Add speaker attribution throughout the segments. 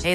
Speaker 1: Hey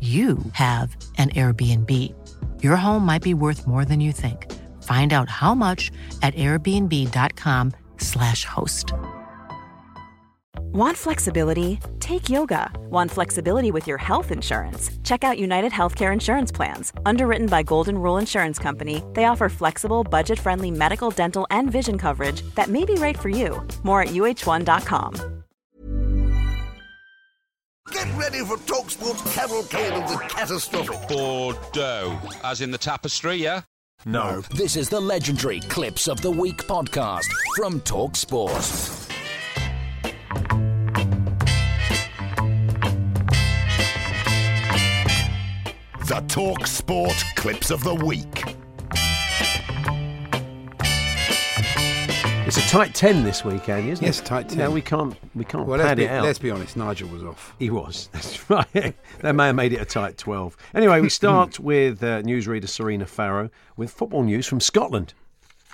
Speaker 1: you have an Airbnb. Your home might be worth more than you think. Find out how much at airbnb.com/slash host.
Speaker 2: Want flexibility? Take yoga. Want flexibility with your health insurance? Check out United Healthcare Insurance Plans. Underwritten by Golden Rule Insurance Company, they offer flexible, budget friendly medical, dental, and vision coverage that may be right for you. More at uh1.com.
Speaker 3: Get ready for TalkSport's cavalcade of the catastrophic.
Speaker 4: Bordeaux, as in the tapestry, yeah?
Speaker 5: No.
Speaker 6: This is the legendary Clips of the Week podcast from Talk Sport.
Speaker 3: The TalkSport clips of the week.
Speaker 7: It's a tight ten this week, Andy, isn't
Speaker 8: Yes,
Speaker 7: it?
Speaker 8: tight 10.
Speaker 7: Now we can't we can't
Speaker 8: Well, let's
Speaker 7: pad
Speaker 8: be,
Speaker 7: it out.
Speaker 8: let's be honest. Nigel was off.
Speaker 7: He was. That's right. that may have made it a tight twelve. Anyway, we start with uh, newsreader Serena Farrow with football news from Scotland.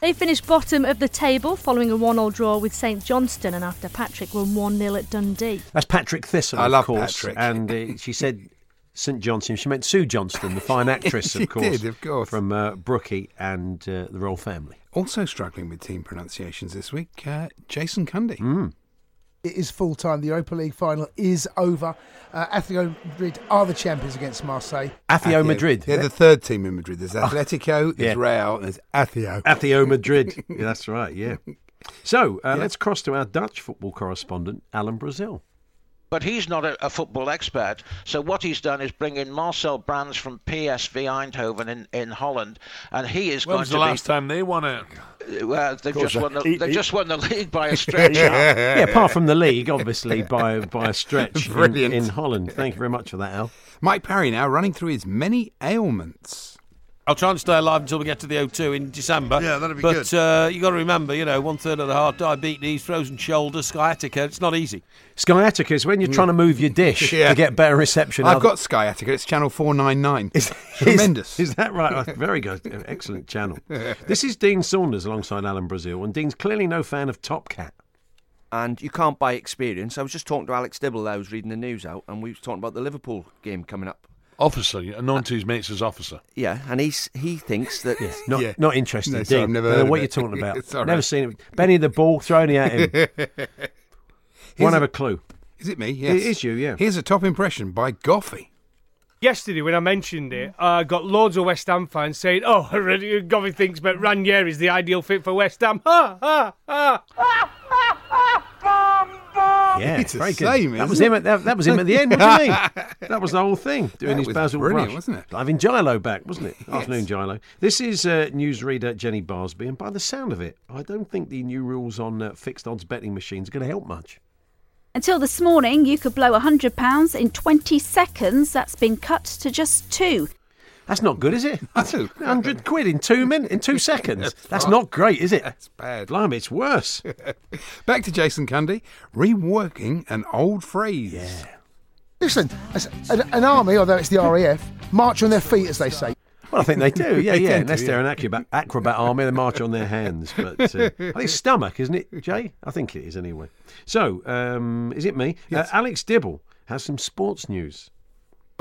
Speaker 9: They finished bottom of the table following a 1 all draw with St Johnston and after Patrick won 1 0 at Dundee.
Speaker 7: That's Patrick Thistle,
Speaker 8: I
Speaker 7: of
Speaker 8: love
Speaker 7: course.
Speaker 8: Patrick.
Speaker 7: And uh, she said St Johnston. She meant Sue Johnston, the fine actress,
Speaker 8: She
Speaker 7: of course,
Speaker 8: did, of course.
Speaker 7: from uh, Brookie and uh, the Royal Family.
Speaker 8: Also struggling with team pronunciations this week. Uh, Jason Cundy.
Speaker 7: Hmm.
Speaker 10: It is full time. The Europa League final is over. Uh, Atletico Madrid are the champions against Marseille.
Speaker 7: Athio Madrid. Oh,
Speaker 8: They're the third team in Madrid. There's Atletico,
Speaker 7: Yeah. Uh,
Speaker 8: there's Real, and there's Athio.
Speaker 7: Athio Madrid. Yeah, That's right. Yeah. So uh,
Speaker 8: Yeah.
Speaker 7: let's cross to our Dutch football correspondent, Alan Brazil.
Speaker 11: But he's not a, a football expert. So what he's done is bring in Marcel Brands from PSV Eindhoven in, in Holland, and he is
Speaker 5: When
Speaker 11: going
Speaker 5: was
Speaker 11: to
Speaker 5: the
Speaker 11: be.
Speaker 5: last time they won it?
Speaker 11: Well, they've just won. The,
Speaker 5: He-
Speaker 11: they've
Speaker 5: he-
Speaker 11: just won the league by a stretch.
Speaker 7: yeah, apart from the league, obviously, by by a stretch in,
Speaker 8: Brilliant.
Speaker 7: in Holland. Thank you very much for that, Al.
Speaker 8: Mike Parry now running through his many ailments.
Speaker 5: I'll try and stay alive until we get to the O2 in December.
Speaker 3: Yeah, that'd be
Speaker 5: but,
Speaker 3: good.
Speaker 5: But uh, you got to remember, you know, one third of the heart, diabetes, frozen shoulder, sciatica. It's not easy.
Speaker 7: Sciatica is when you're trying to move your dish
Speaker 8: Mm. Yeah.
Speaker 7: to get better reception.
Speaker 8: I've
Speaker 7: Other-
Speaker 8: got Sciatica. It's channel 499.
Speaker 7: Is-
Speaker 8: Tremendous.
Speaker 7: Is, is that right? Oh, Very good. Excellent channel. This is Dean Saunders alongside Alan Brazil, and Dean's clearly no fan of Top Cat.
Speaker 12: and you can't buy experience. I was just talking to Alex Dibble. I was reading the news out, and we was talking about the Liverpool game coming up.
Speaker 5: Officer, known to his mates as officer.
Speaker 12: Yeah, and he's he thinks that
Speaker 7: Not,
Speaker 8: Yeah.
Speaker 7: not interested,
Speaker 8: No,
Speaker 7: Dean.
Speaker 8: sorry, I've never
Speaker 7: I don't
Speaker 8: heard
Speaker 7: know
Speaker 8: of
Speaker 7: what
Speaker 8: it.
Speaker 7: you're talking about.
Speaker 8: It's all
Speaker 7: Never
Speaker 8: right.
Speaker 7: seen it. Benny the ball thrown at him. Won't
Speaker 8: Here's
Speaker 7: have
Speaker 8: a-
Speaker 7: a clue.
Speaker 8: Is it me? Yes.
Speaker 7: It is you, yeah.
Speaker 8: Here's a top impression by Goffey.
Speaker 10: Yesterday, when I mentioned it, I got loads of West Ham fans saying, "Oh, Govy thinks but Ranieri is the ideal fit for West Ham." Ha ha ha!
Speaker 7: Yeah,
Speaker 8: It's the
Speaker 7: very good.
Speaker 8: same,
Speaker 7: that was
Speaker 8: isn't
Speaker 7: him. At, that, that was him at the end. What do you mean? That was the whole thing. Doing
Speaker 8: That
Speaker 7: his
Speaker 8: was
Speaker 7: Basil
Speaker 8: brilliant,
Speaker 7: Brush,
Speaker 8: wasn't it?
Speaker 7: Having Gilo back, wasn't it? Afternoon, Gilo. This is uh, newsreader Jenny Barsby, and by the sound of it, I don't think the new rules on uh, fixed odds betting machines are going to help much.
Speaker 9: Until this morning, you could blow £100 in 20 seconds. That's been cut to just two.
Speaker 7: That's not good, is it?
Speaker 8: No.
Speaker 7: hundred quid in two min in two seconds. That's
Speaker 8: fine.
Speaker 7: not great, is it?
Speaker 8: That's bad.
Speaker 7: Blimey, it's worse.
Speaker 8: Back to Jason Cundy, reworking an old phrase. Yeah.
Speaker 10: Listen, as- an, an army, although it's the RAF, march on their feet, as they say.
Speaker 7: Well, I think they do. Yeah,
Speaker 8: They
Speaker 7: yeah.
Speaker 8: tend
Speaker 7: Unless
Speaker 8: to,
Speaker 7: they're an acrobat, acrobat army, they march on their hands. But uh, I think it's stomach, isn't it, Jay? I think it is anyway. So, um, is it me? Uh, Alex Dibble has some sports news.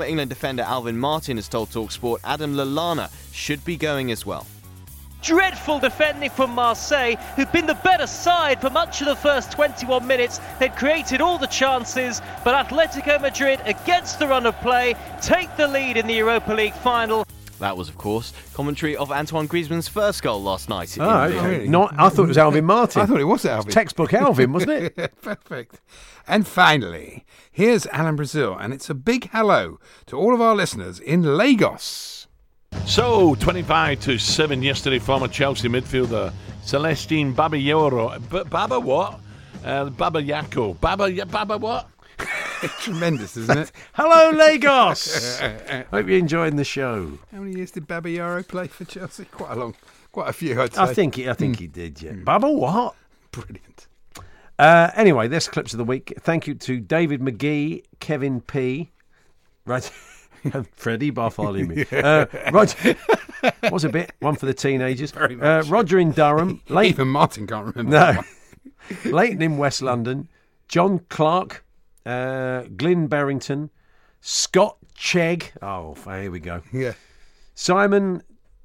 Speaker 12: England defender Alvin Martin has told Talksport Adam Lallana should be going as well.
Speaker 11: Dreadful defending from Marseille, who've been the better side for much of the first 21 minutes. They'd created all the chances, but Atletico Madrid, against the run of play, take the lead in the Europa League final.
Speaker 12: That was, of course, commentary of Antoine Griezmann's first goal last night. in
Speaker 7: Oh,
Speaker 12: the-
Speaker 7: okay.
Speaker 8: really?
Speaker 7: Not, I thought it was Alvin Martin.
Speaker 8: I thought it was Alvin.
Speaker 7: Textbook Alvin, wasn't it?
Speaker 8: Perfect. And finally, here's Alan Brazil, and it's a big hello to all of our listeners in Lagos.
Speaker 5: So, 25 to 7 yesterday, former Chelsea midfielder Celestine Babayoro. B- Baba what? Uh, Baba Yako. Baba, Y- Baba what?
Speaker 8: Tremendous, isn't it?
Speaker 7: Hello, Lagos. Hope you're enjoying the show.
Speaker 8: How many years did Babayaro play for Chelsea? Quite a long, quite a few, I'd say.
Speaker 7: I think he, I think
Speaker 8: Mm.
Speaker 7: he did. Yeah, Baba, what?
Speaker 8: Brilliant.
Speaker 7: Uh, anyway, there's clips of the week. Thank you to David McGee, Kevin P, right, and Freddie Bartholomew.
Speaker 8: Yeah.
Speaker 7: uh, Roger was a bit one for the teenagers. Uh, Roger in Durham. Late,
Speaker 8: Even Martin can't remember that
Speaker 7: No, Leighton in West London. John Clark, uh, Glyn Barrington, Scott Chegg. Oh, f- here we go.
Speaker 8: Yeah.
Speaker 7: Simon,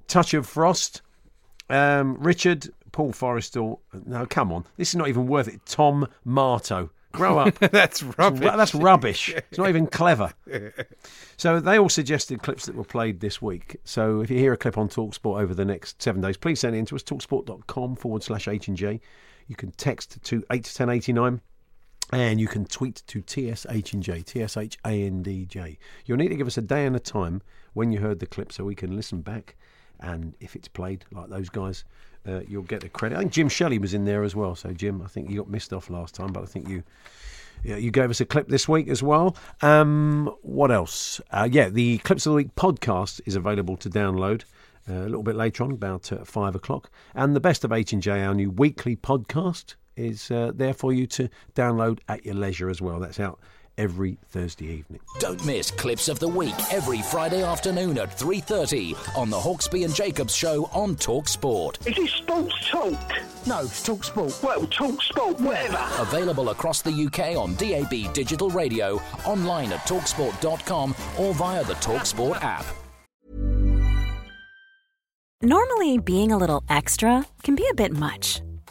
Speaker 7: Touch of Frost, um, Richard, Paul Forrestal. No, come on. This is not even worth it. Tom Marto. Grow up.
Speaker 8: that's rubbish.
Speaker 7: that's rubbish. It's not even clever. So they all suggested clips that were played this week. So if you hear a clip on Talksport over the next seven days, please send it in to us, talksport.com forward slash H&J. You can text to 81089 and you can tweet to TSH&J, T-S-H-A-N-D-J. You'll need to give us a day and a time when you heard the clip so we can listen back. And if it's played like those guys, uh, you'll get the credit. I think Jim Shelley was in there as well. So, Jim, I think you got missed off last time, but I think you yeah, you gave us a clip this week as well. Um, what else? Uh, yeah, the Clips of the Week podcast is available to download uh, a little bit later on, about uh, five o'clock. And the Best of H and J, our new weekly podcast, is uh, there for you to download at your leisure as well. That's out every Thursday evening.
Speaker 6: Don't miss clips of the week every Friday afternoon at 3:30 on the Hawksby and Jacobs show on Talk Sport.
Speaker 13: Is this sports talk? No, it's talk sport. Well, talk sport, whatever.
Speaker 6: Available across the UK on DAB digital radio, online at talksport.com or via the Talksport app.
Speaker 2: Normally, being a little extra can be a bit much,